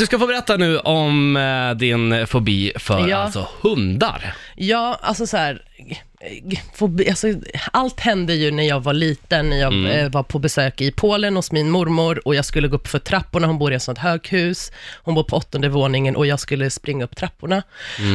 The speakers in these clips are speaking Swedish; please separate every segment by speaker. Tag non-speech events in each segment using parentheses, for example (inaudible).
Speaker 1: Du ska få berätta nu om eh, din fobi för
Speaker 2: Ja.
Speaker 1: alltså hundar.
Speaker 2: Ja, alltså så här, g- g- fobi- alltså, allt hände ju när jag var liten, när jag eh, var på besök i Polen hos min mormor och jag skulle gå upp för trapporna, hon bor i ett sånt höghus, hon bor på åttonde våningen och jag skulle springa upp trapporna.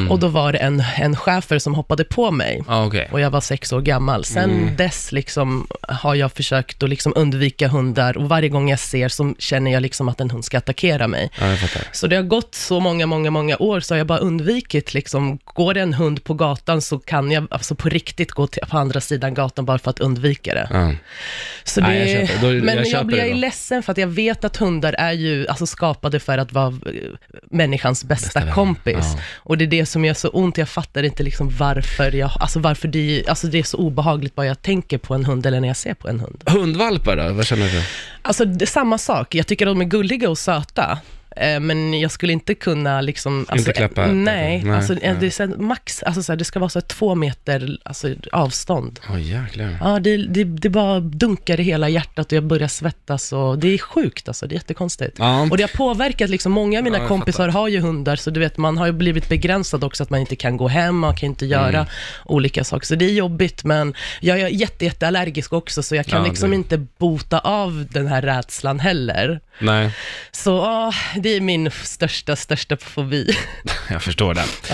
Speaker 2: Och då var det en, en schäfer som hoppade på mig.
Speaker 1: Ja, okej.
Speaker 2: Och jag var sex år gammal. Sen dess liksom har jag försökt att liksom undvika hundar och varje gång jag ser så känner jag liksom att en hund ska attackera mig.
Speaker 1: Ja, jag fattar.
Speaker 2: Så det har gått så många, många, många år så har jag bara undvikit liksom, går det en hund på gatan så kan jag alltså på riktigt gå till, på andra sidan gatan bara för att undvika det.
Speaker 1: Ja.
Speaker 2: Så det
Speaker 1: Nej, jag köper. Då- jag
Speaker 2: men jag,
Speaker 1: köper
Speaker 2: blir- jag
Speaker 1: det
Speaker 2: är
Speaker 1: då.
Speaker 2: ledsen för att jag vet att hundar är ju alltså, skapade för att vara eh, människans bästa,
Speaker 1: vän,
Speaker 2: kompis.
Speaker 1: ja.
Speaker 2: Och det är det som gör så ont, jag fattar inte liksom varför, jag, alltså, varför det, alltså, det är så obehagligt bara jag tänker på en hund eller när jag ser på en hund.
Speaker 1: Hundvalpar då, vad känner du?
Speaker 2: Alltså det, är samma sak, jag tycker de är gulliga och söta. Eh, Men jag skulle inte kunna liksom... Alltså,
Speaker 1: klappa-
Speaker 2: eh, Nej,
Speaker 1: nej,
Speaker 2: alltså, eh,
Speaker 1: nej.
Speaker 2: Det, är så här, max, alltså, så här, det ska vara så här, två meter alltså, avstånd.
Speaker 1: Åh jäklar.
Speaker 2: Ja, det, det, det bara dunkar i hela hjärtat och jag börjar svettas och det är sjukt alltså, det är jättekonstigt.
Speaker 1: Ja.
Speaker 2: Och det har påverkat liksom, många av mina
Speaker 1: Ja, jag
Speaker 2: kompisar har ju hundar, så du vet, man har ju blivit begränsad också, att man inte kan gå hem, man kan inte göra
Speaker 1: Mm.
Speaker 2: olika saker, så det är jobbigt, men jag är jätte, jätteallergisk också, så jag kan
Speaker 1: Ja,
Speaker 2: liksom
Speaker 1: det-
Speaker 2: inte bota av den här rädslan heller.
Speaker 1: Nej,
Speaker 2: Så ah, det är min största, största fobi.
Speaker 1: (laughs) jag förstår det.